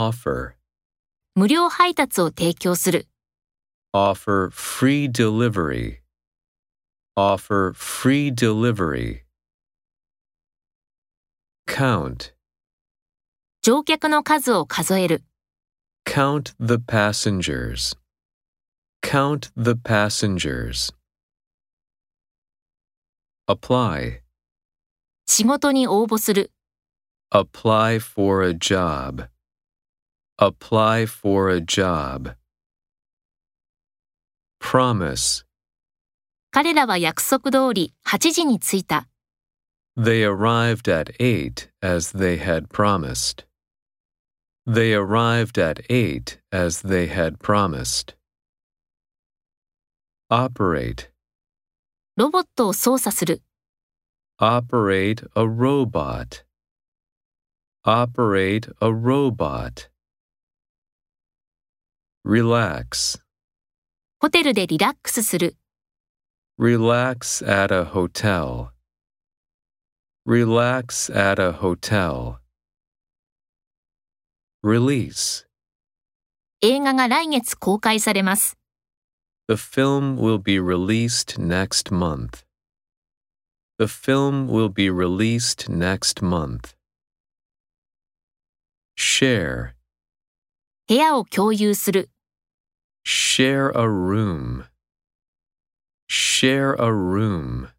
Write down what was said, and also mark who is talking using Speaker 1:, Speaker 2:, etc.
Speaker 1: offer,
Speaker 2: 無料配達を提供する、
Speaker 1: offer free delivery, offer free delivery. Count,
Speaker 2: 乗客の数を数える、
Speaker 1: count the passengers, count the passengers. Apply,
Speaker 2: 仕事に応募する、
Speaker 1: apply for a job, apply for a job. Promise.
Speaker 2: 彼らは約束通り8時に着いた、
Speaker 1: They arrived at eight as they had promised. They arrived at eight as they had promised. Operate.
Speaker 2: ロボットを操作する、
Speaker 1: Operate a robot. Operate a robot. Relax.
Speaker 2: ホテルでリラックスする、
Speaker 1: Relax at a hotel. Relax at a hotel. Release.
Speaker 2: 映画が来月公開されます。
Speaker 1: The film will be released next month. The film will be released next month. Share.
Speaker 2: 部屋を共有する、
Speaker 1: Share a room. Share a room.